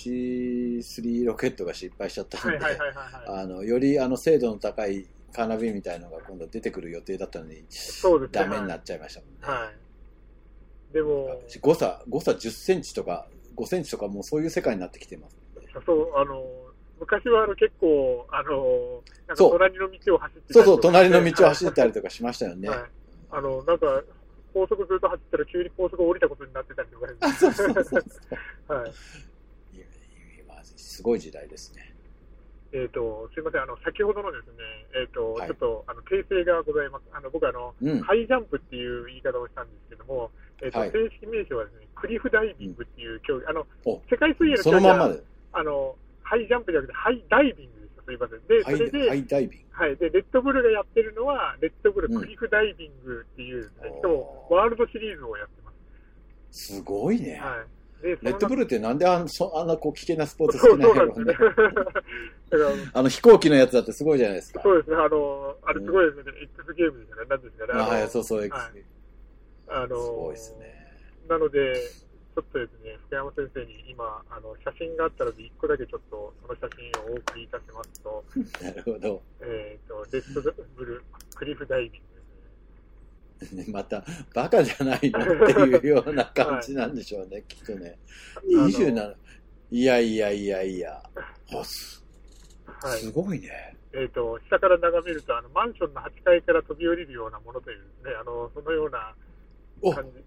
[SPEAKER 2] H3 ロケットが失敗しちゃったん
[SPEAKER 1] は
[SPEAKER 2] で、
[SPEAKER 1] いはいはいはいはい。
[SPEAKER 2] あの、よりあの精度の高いカーナビみたいのが今度出てくる予定だったのに、
[SPEAKER 1] そうですね。
[SPEAKER 2] ダメになっちゃいましたもんね。
[SPEAKER 1] はい。でも、
[SPEAKER 2] 誤差、誤差10センチとか、5センチとかもうそういう世界になってきてます。
[SPEAKER 1] そう、あの、昔はあの結構、あの、なんか
[SPEAKER 2] そう
[SPEAKER 1] 隣の道を走ってたりとか
[SPEAKER 2] そうそう、隣の道を走ってたりとかしましたよね。
[SPEAKER 1] はい。あの、なんか、高速ずっと走ったら急に高速降りたことになってたりとか。
[SPEAKER 2] あそうそうそうそう。
[SPEAKER 1] はい。
[SPEAKER 2] いや今、すごい時代ですね。
[SPEAKER 1] えっ、と、すいません、あの、先ほどのですね、えっ、と、
[SPEAKER 2] はい
[SPEAKER 1] ちょっと、あの、訂正がございます。あの、僕あの、
[SPEAKER 2] うん。
[SPEAKER 1] ハイジャンプっていう言い方をしたんですけども、えっ、と、
[SPEAKER 2] はい
[SPEAKER 1] 正式名称はですね、クリフダイビングっていう競技、あの
[SPEAKER 2] お、
[SPEAKER 1] 世界水泳の競
[SPEAKER 2] そ
[SPEAKER 1] 技は
[SPEAKER 2] のまんまで。
[SPEAKER 1] あの、ハイジャンプじゃなくて、ハイダイビングですよ、すいません。で、そ
[SPEAKER 2] ハイ
[SPEAKER 1] れで、
[SPEAKER 2] ハイダイビング。
[SPEAKER 1] はい。で、レッドブルがやってるのは、レッドブルクリフダイビングっていう、
[SPEAKER 2] うん
[SPEAKER 1] しかもワールドシリーズをやってます。
[SPEAKER 2] すごいね。
[SPEAKER 1] はい。で、
[SPEAKER 2] レッドブ
[SPEAKER 1] ル
[SPEAKER 2] ルってなんであんそあんなこう危険なスポーツ
[SPEAKER 1] そ
[SPEAKER 2] 好
[SPEAKER 1] う
[SPEAKER 2] き
[SPEAKER 1] そ
[SPEAKER 2] な
[SPEAKER 1] うなん
[SPEAKER 2] の
[SPEAKER 1] で
[SPEAKER 2] か
[SPEAKER 1] すよ
[SPEAKER 2] ね
[SPEAKER 1] ね。だから、
[SPEAKER 2] あの飛行機のやつだってすごいじゃないですか。
[SPEAKER 1] そうですね、あの、あれすごいですよね、X ゲームですから、なんですから、
[SPEAKER 2] あ
[SPEAKER 1] あ
[SPEAKER 2] はい、
[SPEAKER 1] の
[SPEAKER 2] そうそう、
[SPEAKER 1] はあの
[SPEAKER 2] すごいですね。
[SPEAKER 1] なので、ちょっとですね、福山先生に今、あの、写真があったので、一個だけちょっと、その写真をお送りいたしますと、
[SPEAKER 2] なるほど。
[SPEAKER 1] えっ、と、レッドブルクリフダイビングですね。
[SPEAKER 2] また、バカじゃないのっていうような感じなんでしょうね、きっとね。
[SPEAKER 1] の
[SPEAKER 2] 27。いやいやいやいや。あす
[SPEAKER 1] はい。
[SPEAKER 2] すごいね。
[SPEAKER 1] えー、と下から眺めるとあの、マンションの8階から飛び降りるようなものというですね、あのそのような
[SPEAKER 2] お
[SPEAKER 1] 感じ、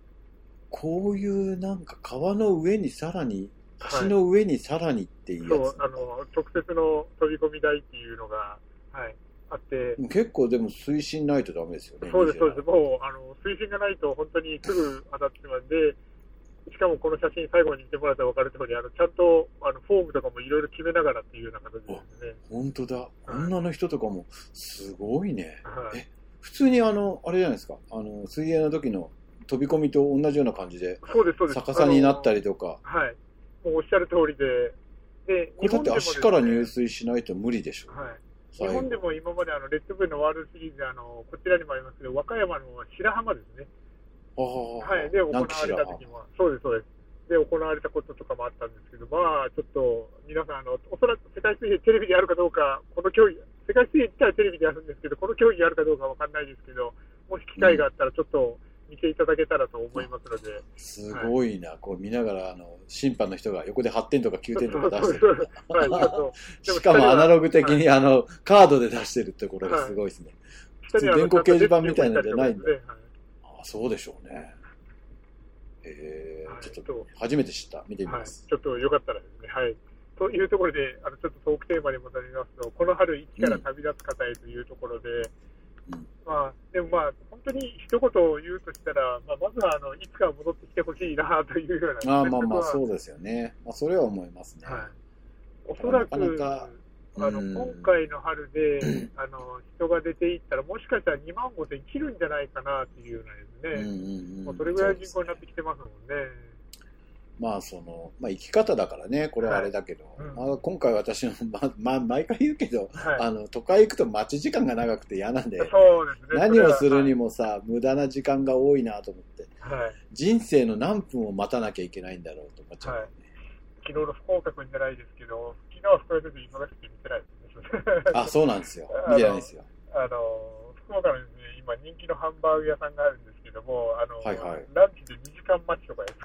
[SPEAKER 2] こういうなんか川の上にさらに、
[SPEAKER 1] はい
[SPEAKER 2] 橋の上にさらにっていう
[SPEAKER 1] そ
[SPEAKER 2] や
[SPEAKER 1] う
[SPEAKER 2] つ。
[SPEAKER 1] あの直接の飛び込み台っていうのが、はい、あって
[SPEAKER 2] で、も結構でも推進ないとダメですよね。
[SPEAKER 1] そうです、そうです、
[SPEAKER 2] 27
[SPEAKER 1] もうあの水深がないと本当にすぐ当たってしまうんで、しかもこの写真、最後に見てもらったら分かる通り、あのちゃんとあのフォームとかもいろいろ決めながらっていうような形ですね。
[SPEAKER 2] 本当だ。女の人とかも、すごいね。
[SPEAKER 1] はい、
[SPEAKER 2] 普通にあの、あれじゃないですか。あの、水泳の時の飛び込みと同じような感じで、
[SPEAKER 1] そうです、そうです。
[SPEAKER 2] 逆さになった
[SPEAKER 1] り。
[SPEAKER 2] りとか。
[SPEAKER 1] はい。もうおっしゃる通りで。で、
[SPEAKER 2] これだって足から入
[SPEAKER 1] 入
[SPEAKER 2] 水しないと無理でしょ。
[SPEAKER 1] はい。日
[SPEAKER 2] 最後
[SPEAKER 1] 本でも今まであのレッドブルのワールドシリーズであの、こちらにもありますけど、和歌山の白浜ですね、
[SPEAKER 2] ああ、
[SPEAKER 1] はい、で行わ
[SPEAKER 2] 何
[SPEAKER 1] れ
[SPEAKER 2] 期しら
[SPEAKER 1] た時も、そうです、そうです、で行われたこととかもあったんですけど、まあ、ちょっと皆さんあの、おそらく世界水泳、テレビでやるかどうか、この競技、世界水泳自体はテレビでやるんですけど、この競技やるかどうかわかんないですけど、もし機会があったら、ちょっと見ていただけたらと思いますので、
[SPEAKER 2] すごいな。こう見ながら、あの、審判の人が横で8点とか9点とか出して
[SPEAKER 1] そう
[SPEAKER 2] る。
[SPEAKER 1] そうそうはい、ちょっと、でも
[SPEAKER 2] しかもアナログ的に、あの、カードで出してるってころがすごいですね。
[SPEAKER 1] 下にあの
[SPEAKER 2] 電光掲示板みたいなのじゃないんだ
[SPEAKER 1] はい
[SPEAKER 2] あそうでしょうね。え
[SPEAKER 1] はい
[SPEAKER 2] ー、ちょっと初めて知った。見てみ
[SPEAKER 1] は
[SPEAKER 2] ま
[SPEAKER 1] い、
[SPEAKER 2] す。
[SPEAKER 1] ちょっとよかったらですね、はい。というところで、あのちょっとトークテーマに戻りますと、この春、一から旅立つ方へというところで、
[SPEAKER 2] うん
[SPEAKER 1] まあ、でもまあ、本当に一言言うとしたら、まあ、まずはあのいつか戻ってきてほしいなというような、
[SPEAKER 2] ああまあまあ、
[SPEAKER 1] う、
[SPEAKER 2] そうですよね。まあ、それは思いますね。
[SPEAKER 1] はい、おそらく、
[SPEAKER 2] なかなか
[SPEAKER 1] あの
[SPEAKER 2] うん
[SPEAKER 1] 今回の春で、 あの人が出ていったら、もしかしたら2万5千切るんじゃないかなというような
[SPEAKER 2] う
[SPEAKER 1] で
[SPEAKER 2] ん
[SPEAKER 1] すね、
[SPEAKER 2] うんうん
[SPEAKER 1] もうそれぐらいの人
[SPEAKER 2] そ
[SPEAKER 1] 口に
[SPEAKER 2] うです
[SPEAKER 1] な
[SPEAKER 2] ね
[SPEAKER 1] ってきてますもんね。
[SPEAKER 2] まあその、まあ生き方だからね、これはあれだけど、
[SPEAKER 1] はいうん
[SPEAKER 2] まあ今回私の、ま、まあ毎回言うけど、
[SPEAKER 1] はい
[SPEAKER 2] あの、都会行くと待ち時間が長くて嫌なんで、
[SPEAKER 1] そうですね。
[SPEAKER 2] 何をするに
[SPEAKER 1] も。
[SPEAKER 2] もさ、無駄な時間が多いなと思って、
[SPEAKER 1] はい
[SPEAKER 2] 人生の何分を待たなきゃいけないんだろうとか、ちょっとね
[SPEAKER 1] 昨日の福岡君じゃないですけど、昨日は福岡君忙しくて見てないですね。
[SPEAKER 2] あ、そうなんですよ。見てないですよ。
[SPEAKER 1] あの福岡のですね、今人気のハンバーグ屋さんがあるんですけども、あの、
[SPEAKER 2] はいはい
[SPEAKER 1] ランチで2時間待ちとかです。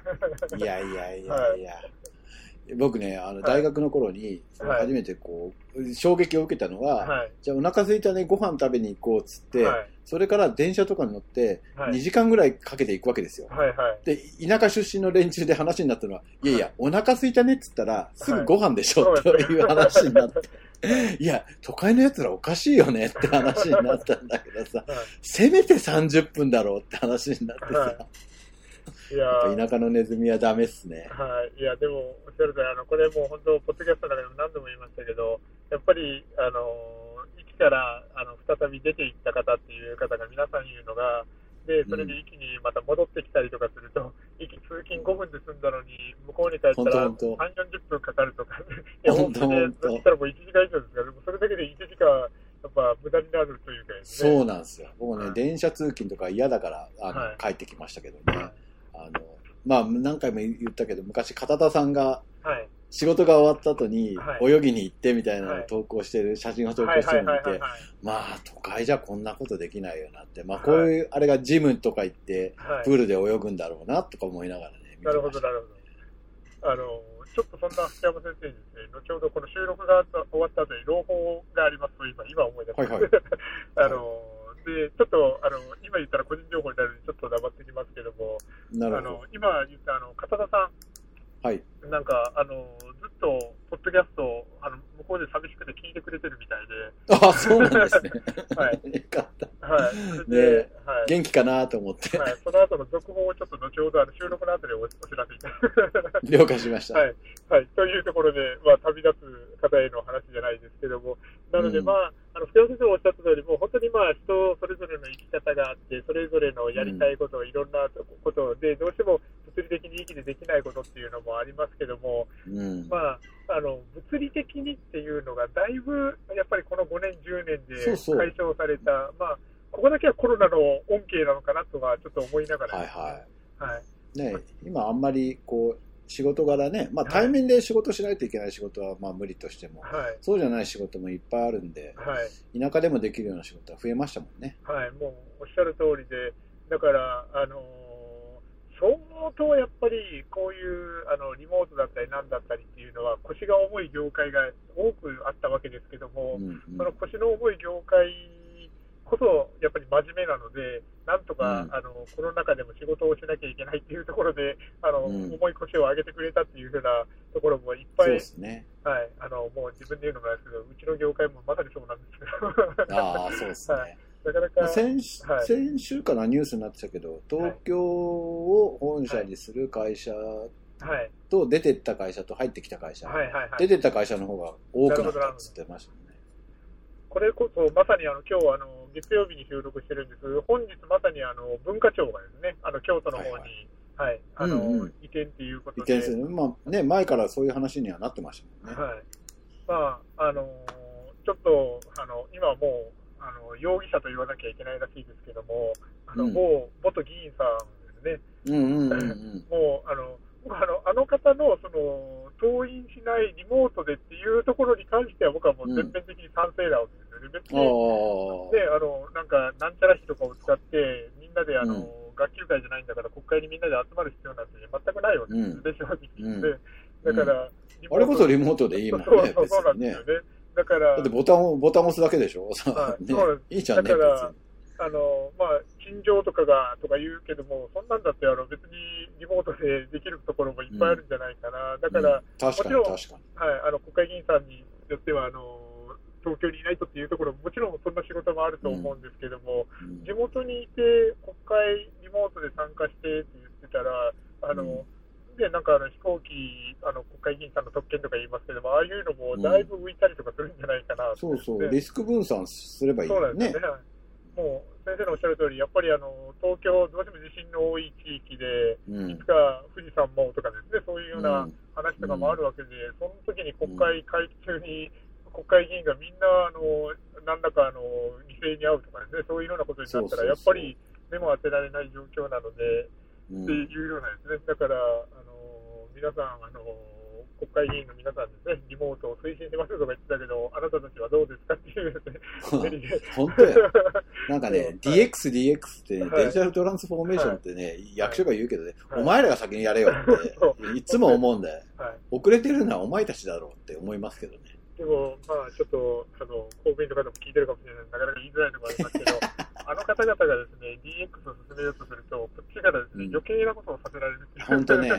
[SPEAKER 2] いやいやいやいや。僕ね、あの、大学の頃に、
[SPEAKER 1] はい
[SPEAKER 2] 初めてこう、衝撃を受けたのは、
[SPEAKER 1] はい。
[SPEAKER 2] じゃあお腹空いたね、ご飯食べに行こうっつって、
[SPEAKER 1] はい。
[SPEAKER 2] それから電車とかに乗って、
[SPEAKER 1] はい。
[SPEAKER 2] 2時間ぐらいかけて行くわけですよ。
[SPEAKER 1] はいはい。
[SPEAKER 2] で、田舎出身の連中で話になったのは、いやいや、お腹空いたねっつったら、すぐご飯でしょ、
[SPEAKER 1] はい
[SPEAKER 2] という話になって、
[SPEAKER 1] はい
[SPEAKER 2] や、都会の奴らおかしいよねって話になったんだけどさ、
[SPEAKER 1] は
[SPEAKER 2] せめて30分だろうって話になって
[SPEAKER 1] は
[SPEAKER 2] さ、
[SPEAKER 1] い。いや
[SPEAKER 2] やっ
[SPEAKER 1] ー
[SPEAKER 2] ぱ田舎のネズミはダメっすね。
[SPEAKER 1] はい、いや、でも、おっしゃるとおりあの、これもう本当、ポッドキャストの中でも何度も言いましたけど、やっぱり、あのー、一からあの再び出ていった方っていう方が皆さん言うのが、で、それで一気にまた戻ってきたりとかすると、一気通勤5分で済んだのに、向こうに帰ったら3、
[SPEAKER 2] 本当本
[SPEAKER 1] 40分かかるとか、いや、
[SPEAKER 2] 本当
[SPEAKER 1] で、
[SPEAKER 2] 本当
[SPEAKER 1] そしたらもう1時間以上ですから、でもそれだけで1時間、やっぱ無駄になるというか、ね、
[SPEAKER 2] そう
[SPEAKER 1] う
[SPEAKER 2] なんですよ。僕
[SPEAKER 1] は
[SPEAKER 2] ね
[SPEAKER 1] い、
[SPEAKER 2] 電車通勤とか嫌だから、あの、
[SPEAKER 1] はい
[SPEAKER 2] 帰ってきましたけどね。あの、まあ、何回も言ったけど、昔、片田さんが、
[SPEAKER 1] はい、
[SPEAKER 2] 仕事が終わった後に
[SPEAKER 1] は、い
[SPEAKER 2] 泳ぎに行ってみたいなのを投稿してる、写真を投稿
[SPEAKER 1] はい
[SPEAKER 2] して
[SPEAKER 1] は
[SPEAKER 2] る
[SPEAKER 1] い
[SPEAKER 2] の
[SPEAKER 1] は
[SPEAKER 2] を
[SPEAKER 1] い
[SPEAKER 2] 見
[SPEAKER 1] はい
[SPEAKER 2] て、
[SPEAKER 1] はい。
[SPEAKER 2] まあ、都会じゃこんなことできないよなって、まあ、こういう、あれがジムとか行って、
[SPEAKER 1] はい
[SPEAKER 2] プールで泳ぐんだろうな、とか思いながらね、見
[SPEAKER 1] な
[SPEAKER 2] て
[SPEAKER 1] るほ
[SPEAKER 2] まし
[SPEAKER 1] ど、
[SPEAKER 2] た
[SPEAKER 1] な。るほど。あの、ちょっとそんな福山先生にですね、後ほどこの収録が終わった後に朗報がありますと今、今思い出しました。
[SPEAKER 2] はい
[SPEAKER 1] あ
[SPEAKER 2] はい
[SPEAKER 1] の、で、ちょっと、あの、今言ったら個人情報になるので、ちょっと黙ってきますけども、
[SPEAKER 2] な
[SPEAKER 1] あ
[SPEAKER 2] るほ
[SPEAKER 1] の、今言った、あの、片田さ
[SPEAKER 2] ど。はい。
[SPEAKER 1] ん、なんか、あの、ずっと、ポッドキャストを、あの、向こうで寂しくて聞いてくれてるみたいで、
[SPEAKER 2] あ、そうなんですね。。
[SPEAKER 1] はい
[SPEAKER 2] よかった。
[SPEAKER 1] はい。そ
[SPEAKER 2] ね
[SPEAKER 1] れで
[SPEAKER 2] え、
[SPEAKER 1] はい。
[SPEAKER 2] 元気かなと思って、
[SPEAKER 1] はい、その後の続報をちょっと後ほどあの収録の後でおお知らせいたします。
[SPEAKER 2] 了解しました。
[SPEAKER 1] はい、はい、というところで、まあ、旅立つ方への話じゃないですけども、なので、
[SPEAKER 2] うん
[SPEAKER 1] まあ、あの福山先生がおっしゃった通り、もう本当にまあ人それぞれの生き方があって、それぞれのやりたいこと、いろんなことで、どうしても物理的に息でできないことっていうのもありますけども、
[SPEAKER 2] うん。
[SPEAKER 1] まあ、あの物理的にっていうのが、だいぶやっぱりこの5年、10年で
[SPEAKER 2] そうそう
[SPEAKER 1] 解消された、まあ、ここだけはコロナの恩恵なのかなとはちょっと思いながら
[SPEAKER 2] はい
[SPEAKER 1] ですね、
[SPEAKER 2] はい。
[SPEAKER 1] はい
[SPEAKER 2] ね、今あんまりこう仕事柄ね、まあ、
[SPEAKER 1] はい
[SPEAKER 2] 対面で仕事しないといけない仕事はまあ無理としても、
[SPEAKER 1] はい
[SPEAKER 2] そうじゃない仕事もいっぱいあるんで、
[SPEAKER 1] はい
[SPEAKER 2] 田舎でもできるような仕事は増えましたもんね。
[SPEAKER 1] はい、もうおっしゃる通りで、だから、あのー相当やっぱりこういうあのリモートだったり、なんだったりっていうのは、腰が重い業界が多くあったわけですけども、
[SPEAKER 2] うんうん
[SPEAKER 1] その腰の重い業界こそ、やっぱり真面目なので、なんとか、
[SPEAKER 2] うん
[SPEAKER 1] あのこの中でも仕事をしなきゃいけないっていうところで、あの
[SPEAKER 2] うん
[SPEAKER 1] 重い腰を上げてくれたっていうふうなところもいっ
[SPEAKER 2] そ
[SPEAKER 1] ぱ
[SPEAKER 2] う
[SPEAKER 1] い、
[SPEAKER 2] ですね。
[SPEAKER 1] はい、あのもう自分で言うのもなんですけど、うちの業界もまさにそうなんですけど。
[SPEAKER 2] ああ、そうですね。
[SPEAKER 1] なかな
[SPEAKER 2] まあ
[SPEAKER 1] か、
[SPEAKER 2] 先し
[SPEAKER 1] はい
[SPEAKER 2] 先週かなニュースになってたけど東京を本社にする会社
[SPEAKER 1] はい、
[SPEAKER 2] と出てった会社と入ってきた会社、
[SPEAKER 1] はい、はい、は
[SPEAKER 2] 出
[SPEAKER 1] い。
[SPEAKER 2] てった会社の方が多くなったっつってましたね
[SPEAKER 1] これこそ、まさにあの今日あの月曜日に収録してるんですけど、本日まさにあの文化庁がですね、あの京都の方に、
[SPEAKER 2] は
[SPEAKER 1] はいい
[SPEAKER 2] はい
[SPEAKER 1] あの
[SPEAKER 2] うんうん
[SPEAKER 1] 移転っていうこ
[SPEAKER 2] 移
[SPEAKER 1] とで、
[SPEAKER 2] 転する、まあね、前からそういう話にはなってましたもんね。
[SPEAKER 1] はい、まあ、あのちょっとあの今はもうあの容疑者と言わなきゃいけないらしいですけども、あの
[SPEAKER 2] うん
[SPEAKER 1] もう元議員さんですね、
[SPEAKER 2] うんうんうんうん。
[SPEAKER 1] もうあの僕はあのあの方のその登院しないリモートでっていうところに関しては、僕はもう全面的に賛成なわけですよね、別
[SPEAKER 2] あ
[SPEAKER 1] に、ね
[SPEAKER 2] あ、
[SPEAKER 1] あのなんかなんちゃら費とかを使って、みんなであの、
[SPEAKER 2] うん
[SPEAKER 1] 学級会じゃないんだから、国会にみんなで集まる必要なんて全くないわけですよね、正直言って。
[SPEAKER 2] うん
[SPEAKER 1] だから、リモート
[SPEAKER 2] あれこそリモートでいいもんね
[SPEAKER 1] そう、そう
[SPEAKER 2] 別
[SPEAKER 1] そうなん
[SPEAKER 2] に
[SPEAKER 1] で
[SPEAKER 2] ね
[SPEAKER 1] すよ。ね。だから、
[SPEAKER 2] だってボタンを、ボタン押すだけでしょさ
[SPEAKER 1] は
[SPEAKER 2] あ
[SPEAKER 1] い
[SPEAKER 2] ね
[SPEAKER 1] そうなんで、
[SPEAKER 2] いいじゃんね、
[SPEAKER 1] だ
[SPEAKER 2] 別
[SPEAKER 1] からあの、まあ、心情とかが、とか言うけども、そんなんだって、あの、別にリモートでできるところもいっぱいあるんじゃないかな。だ
[SPEAKER 2] に。
[SPEAKER 1] から、
[SPEAKER 2] うん確かに
[SPEAKER 1] も
[SPEAKER 2] 確
[SPEAKER 1] ちろん
[SPEAKER 2] かに。
[SPEAKER 1] はい、あの、国会議員さんによっては、あの、東京にいないとっていうところも、もちろんそんな仕事もあると思うんですけども、
[SPEAKER 2] うん
[SPEAKER 1] 地元にいて、国会リモートで参加してって言ってたら、あの、
[SPEAKER 2] うん
[SPEAKER 1] でなんかあの飛行機、あの国会議員さんの特権とか言いますけども、ああいうのもだいぶ浮いたりとかするんじゃないかなって
[SPEAKER 2] そうそう、
[SPEAKER 1] ね
[SPEAKER 2] リスク分散すればいい
[SPEAKER 1] そうな
[SPEAKER 2] よ
[SPEAKER 1] んです
[SPEAKER 2] ね
[SPEAKER 1] よ。ね。もう先生のおっしゃる通り、やっぱりあの東京、どうしても地震の多い地域で、
[SPEAKER 2] うん
[SPEAKER 1] いつか富士山もとかですね、そういうよう
[SPEAKER 2] う
[SPEAKER 1] なん話とかもあるわけで、その時に国会会期中に、国会議員がみんな、あの何らかあの犠牲に遭うとかですね、そういうようなことになった
[SPEAKER 2] そうそうそう
[SPEAKER 1] ら、やっぱり目も当てられない状況なので、
[SPEAKER 2] うん
[SPEAKER 1] っていうようなんですね、だから、あの皆さん、あの国会議員の皆さんですね、リモートを推進しますとか言ってたけど、あなたたちはどうですかっていうですね、メリーで
[SPEAKER 2] 本当や。なんかね、
[SPEAKER 1] そうはい
[SPEAKER 2] DX、DX ってね
[SPEAKER 1] はい
[SPEAKER 2] デジタルトランスフォーメーションってね、役所が言うけどね、
[SPEAKER 1] はい
[SPEAKER 2] お前らが先にやれよ
[SPEAKER 1] そ
[SPEAKER 2] って、いつも思うんだよ。
[SPEAKER 1] はい、
[SPEAKER 2] 遅れてるのはお前たちだろうって思いますけどね。
[SPEAKER 1] でも、まあ、ちょっとあの公務員の方も聞いてるかもしれないのでなかなか言いづらいのもありますけど、 あの方々がですね DX を進めようとすると、こっちからですね、
[SPEAKER 2] うん
[SPEAKER 1] 余計なことをさせられるっていう
[SPEAKER 2] 本当ね、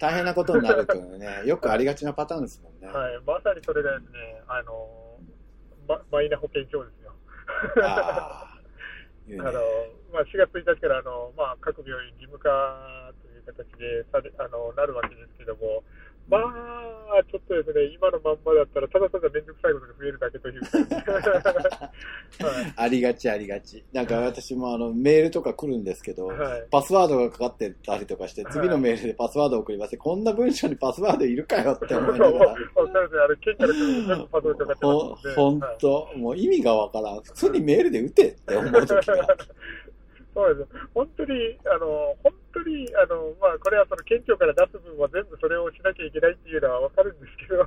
[SPEAKER 2] 大変なことになるっていうのは ね、よくありがちなパターンですもんね。
[SPEAKER 1] はい、まさにそれがですね、あのま、マイナ保険証ですよ。
[SPEAKER 2] ああ、いいね
[SPEAKER 1] あのまあ、4月1日からあの、まあ、各病院義務化という形でされあのなるわけですけども、まあ、ちょっとですね、今のまんまだったら、ただただ面倒くさいことが増えるだけと いうか、はい
[SPEAKER 2] ありがちありがち。なんか私もあのメールとか来るんですけど、
[SPEAKER 1] はい、
[SPEAKER 2] パスワードがかかってたりとかして、次のメールでパスワードを送りますこんな文章にパスワードいるかよって思いな がら。
[SPEAKER 1] おっしゃるとおりあれ、県から来ると全部パズルかかってます
[SPEAKER 2] ほ
[SPEAKER 1] ので、
[SPEAKER 2] ほん
[SPEAKER 1] はい
[SPEAKER 2] と、もう意味がわからん。普通にメールで打てって思 う時が。
[SPEAKER 1] そうです本当に、あの本当にあの、まあ、これはその県庁から出す分は全部それをしなきゃいけないっていうのは分かるんですけど、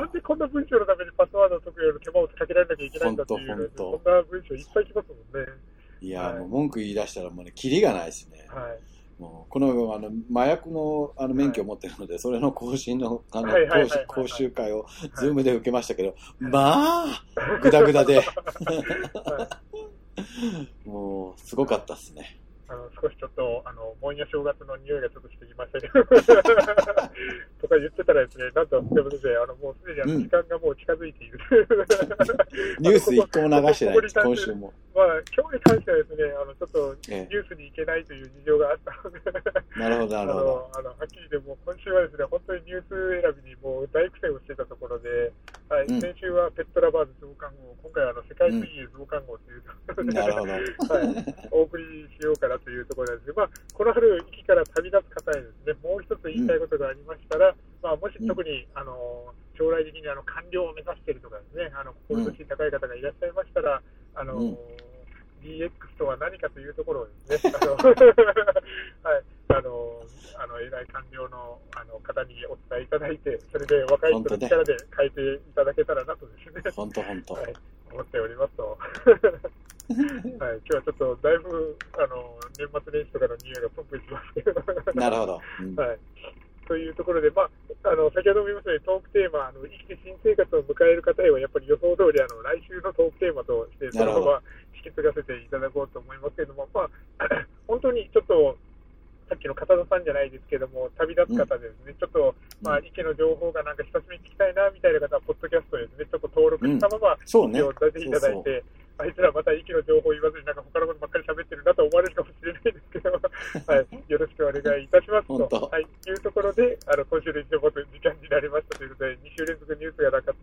[SPEAKER 1] なんでこんな文章のためにパスワードを解くより手間をかけられなきゃいけないんだっていうので、
[SPEAKER 2] ほんとほんと
[SPEAKER 1] そんな文章いっぱい来ますもんね。
[SPEAKER 2] いや、
[SPEAKER 1] はい
[SPEAKER 2] もう文句言い出したらもうね、キリがないですね。
[SPEAKER 1] はい
[SPEAKER 2] もうこのあの麻薬のあの免許を持ってるので、それの更新のあの
[SPEAKER 1] はいはいはいはいはい
[SPEAKER 2] 講習講習会をズームで受けましたけど、まあ、ぐだぐだで、
[SPEAKER 1] はい
[SPEAKER 2] もうすごかったですね。
[SPEAKER 1] あの少しちょっと、あの、盆や正月の匂いがちょっとしてきましたけど、 とか言ってたらですね、なんと、でも先生、あの、もうすでにあ
[SPEAKER 2] う
[SPEAKER 1] の
[SPEAKER 2] ん
[SPEAKER 1] 時間がもう近づいている。
[SPEAKER 2] ニュース一個も流してない
[SPEAKER 1] ここに関
[SPEAKER 2] 今
[SPEAKER 1] す
[SPEAKER 2] 週
[SPEAKER 1] る
[SPEAKER 2] も。
[SPEAKER 1] まあ、今日に関してはですね、あの、ちょっと、
[SPEAKER 2] え
[SPEAKER 1] ニュースに行けないという事情があったので、
[SPEAKER 2] え、なるほど、
[SPEAKER 1] あ
[SPEAKER 2] なるほ ど。
[SPEAKER 1] の、あのはっきり言って、もう今週はですね、本当にニュース選びにもう大苦戦をしてたところで、はい、
[SPEAKER 2] うん
[SPEAKER 1] 先週はペットラバーズ増刊号、今回はあの、世界水泳増刊号ということで、
[SPEAKER 2] なるほど。
[SPEAKER 1] はい、お送りしようかなというところなんですが、まあ、この春、駅から旅立つ方へですね、もう一つ言いたいことがありましたら、まあ、もし
[SPEAKER 2] うん
[SPEAKER 1] 特に、あの将来的にあの官僚を目指しているとかですね、あの志高い方がいらっしゃいましたら、あの
[SPEAKER 2] うん
[SPEAKER 1] DX とは何かというところをです ね、あの はい、あのあの偉い官僚のあの方にお伝えいただいて、それで若い人の力で変えていただけたらなとですね。
[SPEAKER 2] ほんとほんと。
[SPEAKER 1] はい、思っており ますと、はい、今日はちょっとだいぶあの年末年始とかの匂いがプンプンしますけど、
[SPEAKER 2] なるほど。うん
[SPEAKER 1] はい、というところで、まあ、あの先ほども言いましたように、トークテーマあの、生きて新生活を迎える方へは、やっぱり予想通りあの来週のトークテーマとして、そ
[SPEAKER 2] なる
[SPEAKER 1] の
[SPEAKER 2] ほど
[SPEAKER 1] まま引き継がせていただこうと思いますけれども、まあ、本当にちょっと、さっきの片田さんじゃないですけども、旅立つ方でですね、ちょっと、まあ、
[SPEAKER 2] うん
[SPEAKER 1] 池の情報がなんか久しぶりに聞きたいな、みたいな方は、ポッドキャストですね、ちょっと登録したまま、
[SPEAKER 2] そうね
[SPEAKER 1] 一応出していただいて、あいつらまた息の情報言わずに、なんか他のことばっかり喋ってるなと思われるかもしれないですけど、はい、よろしくお願いいたします
[SPEAKER 2] 本当
[SPEAKER 1] と、はい、いうところで、あの今週の一応、時間になりましたということで、2週連続ニュースがなかった